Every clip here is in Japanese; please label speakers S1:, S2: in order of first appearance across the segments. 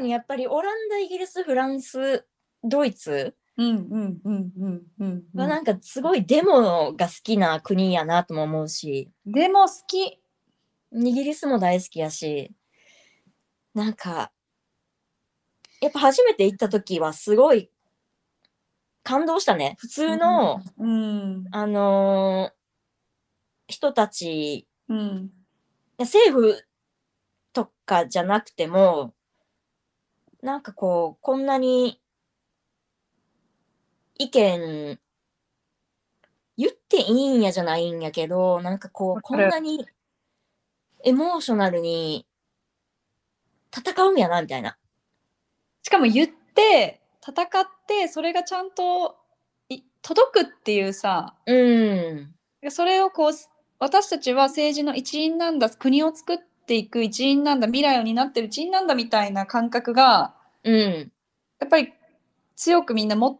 S1: にやっぱりオランダイギリスフランスドイツ
S2: うんうんうんうんうんう。
S1: はなんんかすごいデモが好きな国やなとも思うし、
S2: でも好き。
S1: イギリスも大好きやしなんかやっぱ初めて行った時はすごい感動したね普通の、
S2: うん
S1: あのー人たち
S2: うん
S1: いや政府とかじゃなくてもなんかこうこんなに意見言っていいんやじゃないんやけどなんかこう
S2: わ
S1: こん
S2: かる
S1: なにエモーショナルに戦うんやなみたいな
S2: しかも言って戦ってそれがちゃんとい届くっていうさ
S1: うん
S2: それをこう私たちは政治の一員なんだ国を作っていく一員なんだ未来を担ってる一員なんだみたいな感覚が
S1: うん
S2: やっぱり強くみんな持っ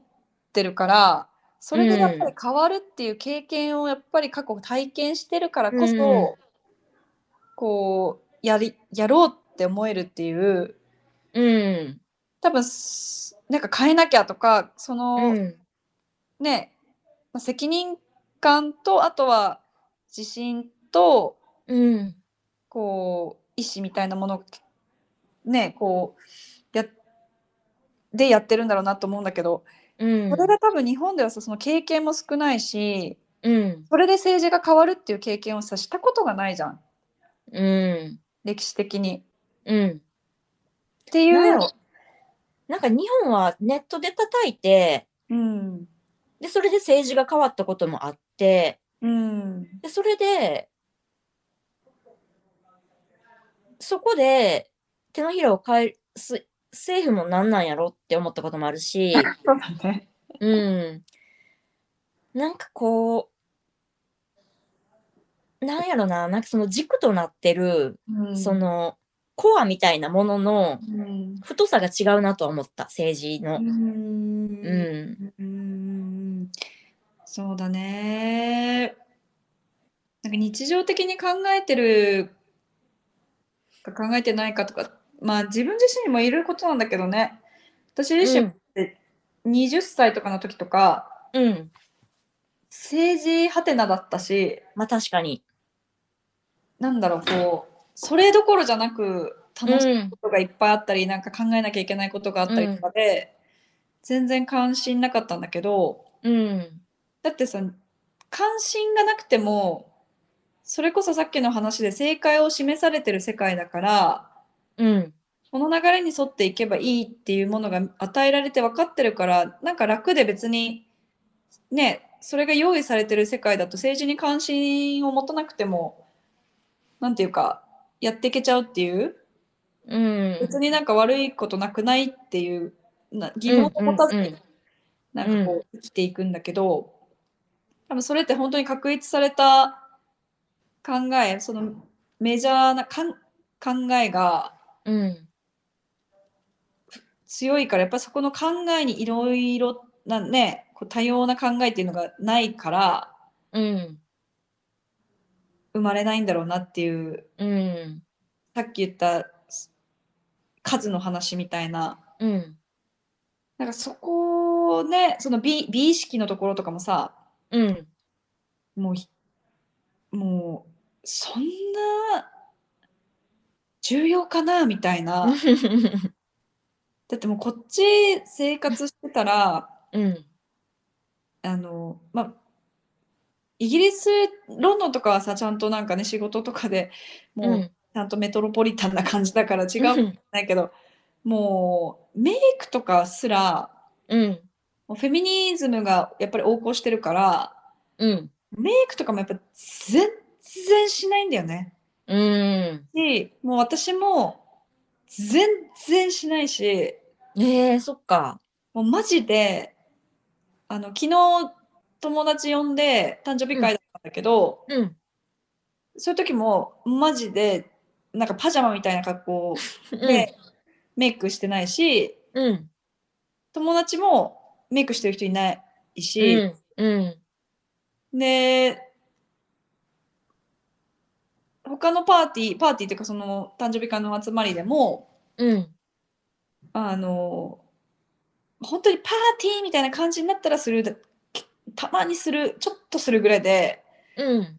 S2: てるからそれでやっぱ
S1: う
S2: り変わるっていう経験をやっぱり過去体験してるからこそ、
S1: うん
S2: こうやりやろうって思えるっていう
S1: うん
S2: 多分すなんか変えなきゃとかその、
S1: うん
S2: ねまあ責任感とあとは自信と
S1: うん
S2: こう意思みたいなものをねこうやっでやってるんだろうなと思うんだけど、
S1: うん
S2: それが多分日本ではさその経験も少ないし
S1: うん
S2: それで政治が変わるっていう経験をさしたことがないじゃん
S1: うん
S2: 歴史的に。
S1: うん
S2: ってい
S1: なんや
S2: う
S1: ろなんか日本はネットで叩いて
S2: うん
S1: で、それで政治が変わったこともあって、
S2: うん
S1: で、それで、そこで手のひらを返す、政府もなんなんやろって思ったこともある し、
S2: そうだね。
S1: うん。なんかこう、なんやろな、なんかその軸となってる、
S2: うん
S1: その、コアみたいなものの
S2: うん
S1: 太さが違うなとは思った、政治
S2: う
S1: の。
S2: ん
S1: うん。
S2: うーんそうだね。なんか日常的に考えてるか考えてないかとか、まあ自分自身にもいることなんだけどね。私自身20歳とかの時とか、
S1: うん。うん。
S2: 政治ハテナだったし、
S1: まあ確かに。
S2: なんだろう、こう、それどころじゃなく、楽しい
S1: うん
S2: ことがいっぱいあったり、なんか考えなきゃいけないことがあったりとかで、全然関心なかったんだけど、
S1: うん。
S2: だってさ関心がなくてもそれこそさっきの話で正解を示されてる世界だから
S1: うん。
S2: この流れに沿っていけばいいっていうものが与えられて分かってるからなんか楽で別にねそれが用意されてる世界だと政治に関心を持たなくてもなんていうかやっていけちゃうっていう
S1: うん。
S2: 別になんか悪いことなくないっていうな疑問を持たず
S1: うんうん
S2: に
S1: うん
S2: なんかこう生きていくんだけど、多分それって本当に確立された考えそのメジャーなかん考えが
S1: うん。
S2: 強いからやっぱそこの考えにいろいろなねこう多様な考えっていうのがないから
S1: うん。
S2: 生まれないんだろうなっていう
S1: うん。
S2: さっき言ったす数の話みたいな。
S1: うん。
S2: なんかそこをね、その美美意識のところとかもさ、
S1: うん。
S2: もうひ、もう、そんな重要かなみたいな。だってもうこっち生活してたら、
S1: うん。
S2: あの、まあ、イギリス、ロンドンとかはさ、ちゃんとなんかね、仕事とかで
S1: う
S2: もう、
S1: ん。
S2: ちゃんとメトロポリタンな感じだ から違うかもしれないけど、もう、メイクとかすら、
S1: うん。
S2: もうフェミニズムがやっぱり横行してるから、
S1: うん。
S2: メイクとかもやっぱ全然しないんだよね。
S1: うん。
S2: し、もう私も全然しないし、
S1: ええ、そっか。
S2: もうマジで、あの、昨日友達呼んで誕生日会だったんだけど、
S1: うん。
S2: そういう時もマジで、なんかパジャマみたいな格好
S1: うん。
S2: でメイクしてないし、
S1: うん。
S2: 友達もメイクしてる人いないし、
S1: うん。うん。
S2: で、他のパーティー、パーティーっていうかその誕生日会の集まりでも、
S1: うん。
S2: あの本当にパーティーみたいな感じになったらするだたまにするちょっとするぐらいで
S1: うん。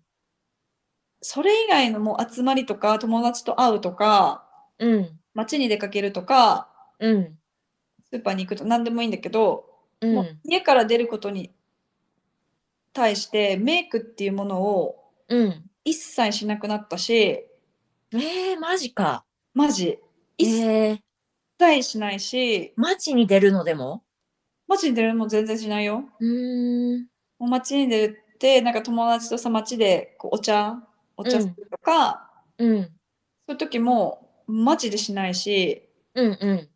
S2: それ以外のもう集まりとか友達と会うとか
S1: うん。
S2: 街に出かけるとか
S1: うん。
S2: スーパーに行くと何でもいいんだけど、
S1: う。
S2: もうん家から出ることに対してメイクっていうものを
S1: うん。
S2: 一切しなくなったし
S1: えー、マジか。
S2: マジ
S1: え
S2: 一
S1: ー、
S2: 切しないし
S1: 街に出るのでも
S2: 街に出るのも全然しないよ。
S1: うーん。
S2: もう街に出てなんか友達とさ街でこうお茶お茶するとか、
S1: うん。
S2: そういう時もマジでしないし、
S1: うん。うん。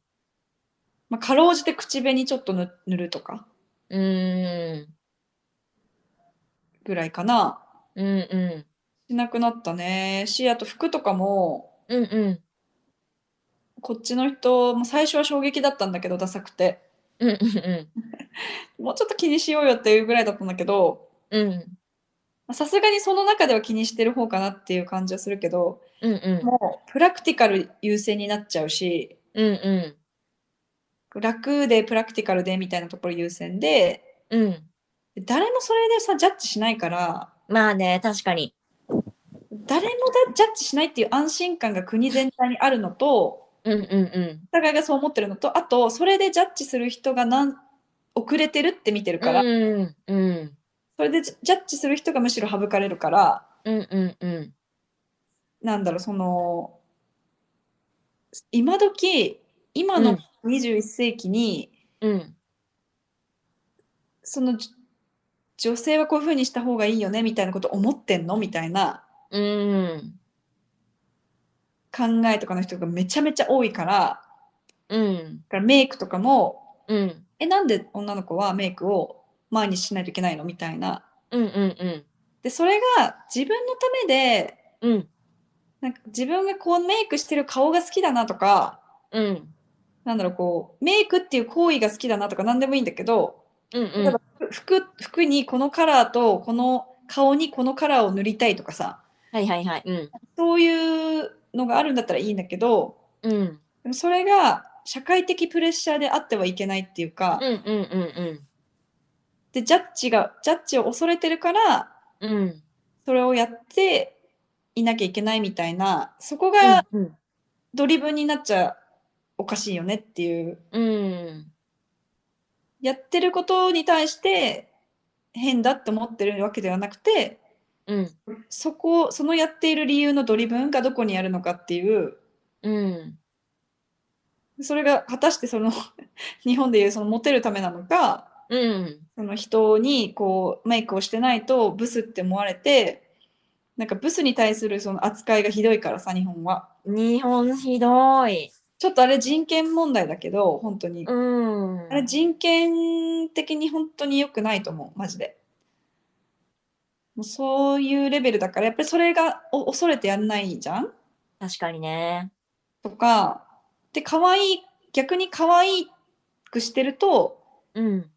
S2: まあ、かろうじて口紅ちょっと塗塗るとか
S1: うーん。
S2: ぐらいかな
S1: うん。うん。
S2: しなくなったねしあと服とかも
S1: うん。うん。
S2: こっちの人もう最初は衝撃だったんだけどダサくて
S1: うん。うん。
S2: もうちょっと気にしようよっていうぐらいだったんだけど
S1: うん。
S2: まあさすがにその中では気にしてる方かなっていう感じはするけど
S1: うん。うん。
S2: もうプラクティカル優先になっちゃうし
S1: うんう
S2: 楽でプラクティカルでみたいなところ優先で
S1: ん。うん。
S2: 誰もそれでさジャッジしないから
S1: まあね、確かに。
S2: 誰もだジャッジしないっていう安心感が国全体にあるのと
S1: うんうんうん。
S2: お互いがそう思ってるのとあとそれでジャッジする人がなん遅れてるって見てるから、
S1: うんうん。
S2: それでジャジャッジする人がむしろ省かれるから
S1: うんうんうん。
S2: なんだろうその今時今の21世紀に、
S1: うん
S2: そのじ女性はこういうふうにした方がいいよねみたいなこと思ってんのみたいな
S1: うん。
S2: 考えとかの人がめちゃめちゃ多いから
S1: うん
S2: だからメイクとかも
S1: うん。
S2: えなんで女の子はメイクを毎日しないといけないのみたいな
S1: うんうんうん。
S2: でそれが自分のためで
S1: うん
S2: なんか自分がこうメイクしてる顔が好きだなとか
S1: うん。
S2: なんだろうこうメイクっていう行為が好きだなとか何でもいいんだけど
S1: うん
S2: 例えば服服にこのカラーとこの顔にこのカラーを塗りたいとかさ
S1: はいはいはい。うん。
S2: そういうのがあるんだったらいいんだけど
S1: うん。
S2: でもそれが社会的プレッシャーであってはいけないっていうか、
S1: うんうんうん
S2: でジャッジがジャッジを恐れてるから
S1: うん。うん。
S2: それをやっていなきゃいけないみたいなそこが
S1: うん。
S2: ドリブンになっちゃおかしいよねっていう
S1: うん。
S2: やってることに対して変だって思ってるわけではなくて
S1: うん。
S2: そこそのやっている理由のドリブンがどこにあるのかっていう
S1: うん。
S2: それが果たしてその 日本でいうそのモテるためなのか
S1: うん。
S2: その人にこうメイクをしてないとブスって思われてなんかブスに対するその扱いがひどいからさ日本は。
S1: 日本ひどい。
S2: ちょっとあれ人権問題だけど本当に、
S1: うん
S2: あ。れ人権的に本当に良くないと思うマジでもうそういうレベルだからやっぱりそれがお恐れてやんないじゃん
S1: 確かにね。
S2: とかで可愛い逆に可愛くしてると
S1: うん。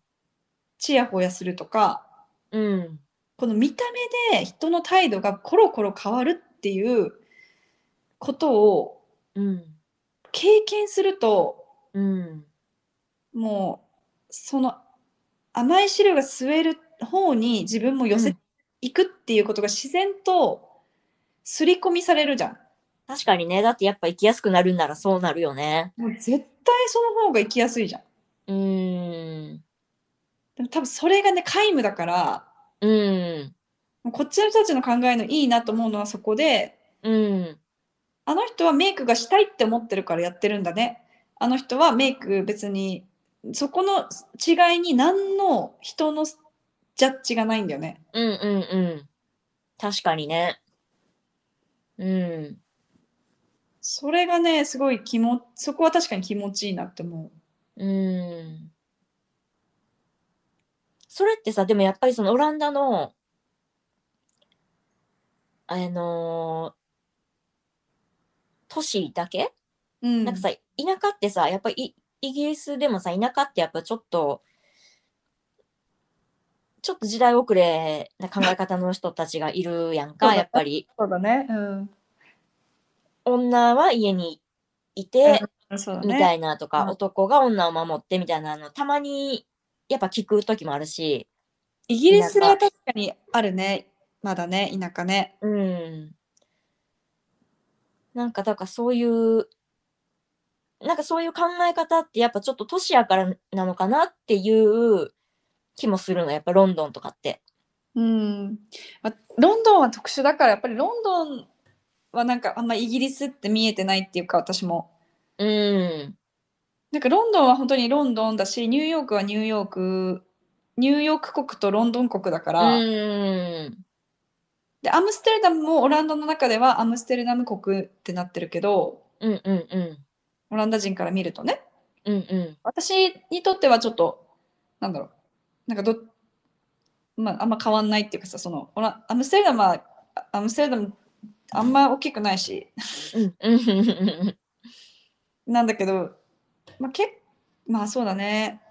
S2: ちやほやするとか
S1: うん。
S2: この見た目で人の態度がコロコロ変わるっていうことを
S1: うん。
S2: 経験すると
S1: うん。
S2: もうその甘い汁が吸える方に自分も寄せていくっていうことが自然と刷り込みされるじゃん。
S1: 確かにね。だってやっぱ生きやすくなるんならそうなるよね。
S2: もう絶対その方が生きやすいじゃん。
S1: うん。
S2: でも多分それがね皆無だから
S1: うん。
S2: もうこっちの人たちの考えのいいなと思うのはそこで
S1: うん。
S2: あの人はメイクがしたいって思ってるからやってるんだね。あの人はメイク別にそこの違いに何の人のジャッジがないんだよね。
S1: うんうんうん。確かにね。うん。
S2: それがね、すごい気持ち、そこは確かに気持ちいいなって思
S1: うん。それってさ、でもやっぱりそのオランダの、あのー都市だけ、
S2: う。うん。
S1: なんかさ、田舎ってさ、やっぱりイイギリスでもさ、田舎ってやっぱちょっと、ちょっと時代遅れな考え方の人たちがいるやん
S2: そうだ
S1: か、
S2: ね
S1: やっぱり。
S2: そうだね。うん。
S1: 女は家にいて、
S2: うそうだ
S1: みた
S2: ね。
S1: いなとか、
S2: うん
S1: 男が女を守ってみたいなのたまにやっぱ聞く時もあるし、
S2: イギリスは確かにあるね。まだね、田舎ね。
S1: うん、なんかだからそういうなんかそういう考え方ってやっぱちょっと都市やからなのかなっていう気もするのやっぱロンドンとかって。
S2: うん。まあロンドンは特殊だから、やっぱりロンドンはなんかあんまイギリスって見えてないっていうか、私も。
S1: うん、
S2: なんかロンドンは本当にロンドンだし、ニューヨークはニューヨーク、ニューヨーク国とロンドン国だか
S1: う
S2: ら、
S1: ん、
S2: で、アムステルダムもオランダの中ではアムステルダム国ってなってるけど、
S1: うんうんうん
S2: オランダ人から見るとね、
S1: うんうん
S2: 私にとってはちょっと、なんだろう、なんかど、まあ、あんま変わんないっていうかさ、その、オラアムステルダムは、あアムステルダム、あんま大きくないし、
S1: うんうん
S2: なんだけど、まあ、けまあそうだね。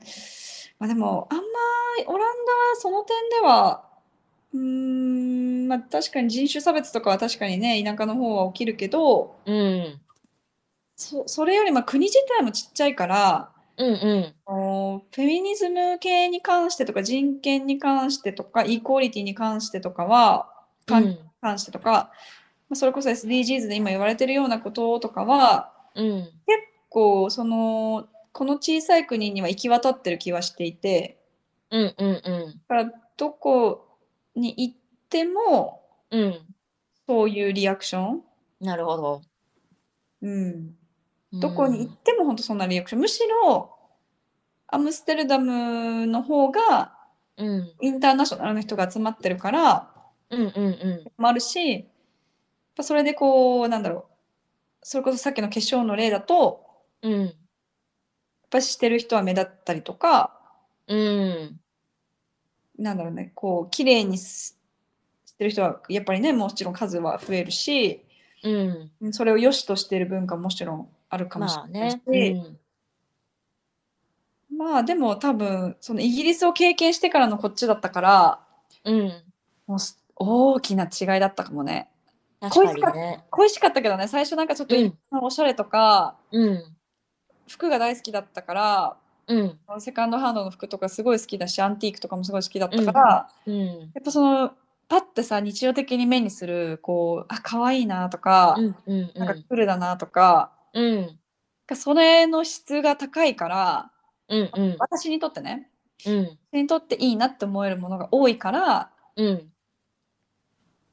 S2: まあでも、あんまりオランダはその点では、うーん、まあ確かに人種差別とかは確かにね、田舎の方は起きるけど、
S1: うん
S2: そ、それよりまあ国自体もちっちゃいから、
S1: うんうん
S2: あのフェミニズム系に関してとか人権に関してとかイコーリティに関してとかは関関してとか、まあ、それこそ SDGs で今言われてるようなこととかは
S1: うん
S2: こうそのこの小さい国には行き渡ってる気はしていて
S1: うんうんうん
S2: だからどこに行っても
S1: うん
S2: そういうリアクション、
S1: なるほど。
S2: うん、どこに行っても本当そんなリアクション、むしろアムステルダムの方が
S1: うん
S2: インターナショナルの人が集まってるから
S1: うんうんうん
S2: もあるし、やっぱそれでこう、なんだろう、それこそさっきの化粧の例だと、
S1: うん
S2: やっぱしてる人は目立ったりとか、
S1: うん
S2: なんだろうね、こう、綺麗にすしてる人は、やっぱりね、もちろん数は増えるし、
S1: うん
S2: それを良しとしている文化ももちろんあるかもし
S1: まあ
S2: れないし
S1: ね、、うん
S2: まあでも多分、そのイギリスを経験してからのこっちだったから、
S1: うん、
S2: もうす大きな違いだったかもね。
S1: 確かにね。
S2: 恋しかったけどね、最初なんかちょっと、
S1: うん
S2: おしゃれとか、
S1: うん
S2: 服が大好きだったから、
S1: うん
S2: セカンドハンドの服とかすごい好きだしアンティークとかもすごい好きだったから、
S1: うん
S2: やっぱそのパッてさ日常的に目にするこうあ可愛いなとか、
S1: うんうん
S2: なんかクールだなとか、
S1: うん
S2: なんかそれの質が高いから
S1: うんうん
S2: 私にとってね
S1: うん
S2: 私にとっていいなって思えるものが多いから
S1: うん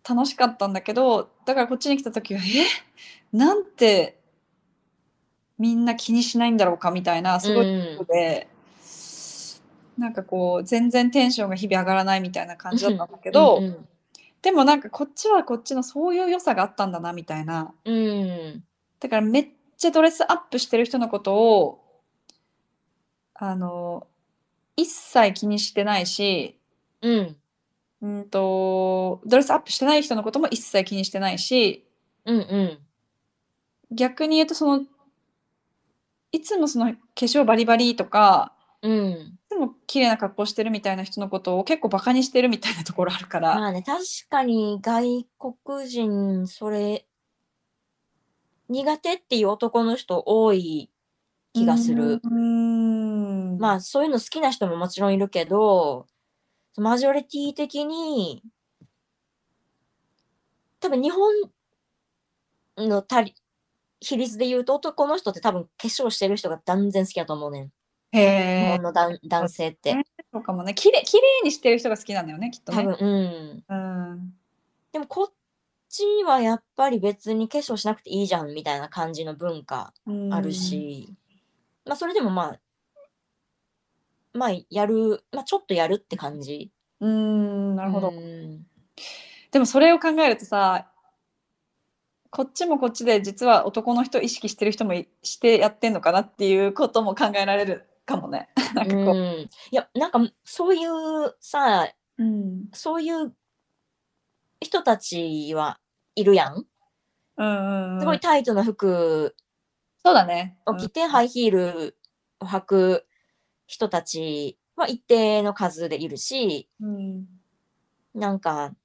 S2: 楽しかったんだけどだからこっちに来た時はえなんてみんな気にしないんだろうかみたいなすごい
S1: うん
S2: で、なんかこう全然テンションが日々上がらないみたいな感じだったんだけど、
S1: うん
S2: でもなんかこっちはこっちのそういう良さがあったんだなみたいな
S1: うん
S2: だからめっちゃドレスアップしてる人のことをあの一切気にしてないし
S1: うん
S2: うんとドレスアップしてない人のことも一切気にしてないし
S1: うんうん
S2: 逆に言うとそのいつもその化粧バリバリとか
S1: うん
S2: いつも綺麗な格好してるみたいな人のことを結構バカにしてるみたいなところあるから、
S1: まあね確かに外国人それ苦手っていう男の人多い気がする。
S2: うーん
S1: まあそういうの好きな人ももちろんいるけどマジョリティ的に多分日本のたり比率で言うと男の人って多分化粧してる人が断然好きだと思うねん、
S2: へ
S1: 日
S2: え
S1: 本の男男性って、
S2: ねそうかもね綺麗綺麗にしてる人が好きなんだよねきっと
S1: 多
S2: ね
S1: 分うん
S2: うん
S1: でもこっちはやっぱり別に化粧しなくていいじゃんみたいな感じの文化
S2: うん
S1: あるし、まあそれでもまあまあやる、まあ、ちょっとやるって感じ。
S2: うーんなるほど、
S1: うん
S2: でもそれを考えるとさこっちもこっちで実は男の人意識してる人もいしてやってんのかなっていうことも考えられるかもね なんかこ
S1: うん、いやなんかそういうさ
S2: う、うん
S1: そういう人たちはいるやん
S2: うんうん
S1: すごいタイトな服
S2: そうだね
S1: を着てハイヒールを履く人たちは一定の数でいるし
S2: うん
S1: なんか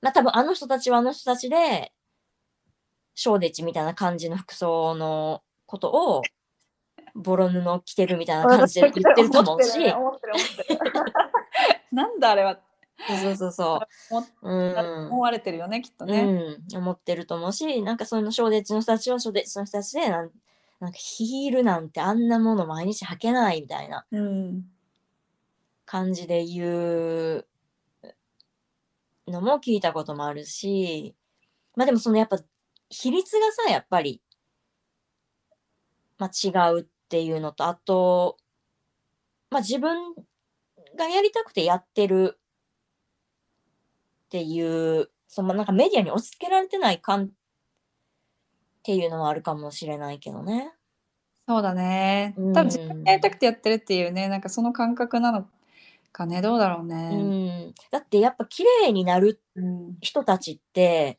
S1: まあ多分あの人たちはあの人たちでショーデッチみたいな感じの服装のことをボロ布着てるみたいな感じで言ってると思 う
S3: 思っ
S1: し、
S3: てる思ってる思ってる
S2: なんだあれは
S1: そうそうそ
S2: 思っ
S1: う。うん
S2: 思われてるよねきっとね。
S1: うん、思ってると思うしなんかそういうの小デッチの人たちは小デッチの人たちでなんなんかヒールなんてあんなもの毎日履けないみたいな
S2: うん
S1: 感じで言うのも聞いたこともあるしまあでもそのやっぱ比率がさやっぱり、まあ、違うっていうのとあと、まあ、自分がやりたくてやってるっていうそのなんかメディアに押し付けられてない感っていうのはあるかもしれないけどね。
S2: そうだね。
S1: うん
S2: 多分自分がやりたくてやってるっていうね、なんかその感覚なのかね、どうだろう
S1: う
S2: ね。
S1: ん、だってやっぱ綺麗になる
S2: うん。
S1: 人たちって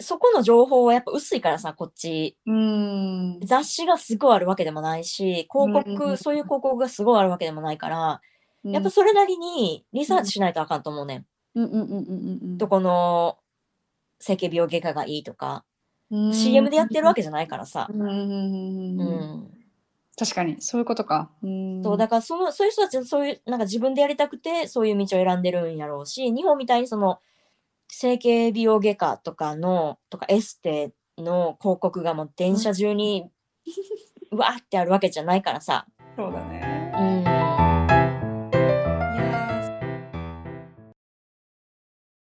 S1: そこの情報はやっぱ薄いからさこっち
S2: うん。
S1: 雑誌がすごいあるわけでもないし広告、
S2: うん
S1: そういう広告がすごいあるわけでもないから、やっぱ
S2: そ
S1: それなりにリサーチしないとあかんと思うね、
S2: うんうんうんうんうん
S1: ん、どこの整形美容外科がいいとか、
S2: うん。
S1: CM でやってるわけじゃないからさ、
S2: うんうんうん
S1: う
S2: うんうん
S1: ん
S2: 確かにそういうことか。うん
S1: そうだからそのそういう人たちはそういうなんか自分でやりたくてそういう道を選んでるんやろうし日本みたいにその整形美容外科とかのとかエステの広告がもう電車中にうわーってあるわけじゃないからさ
S2: そうだね。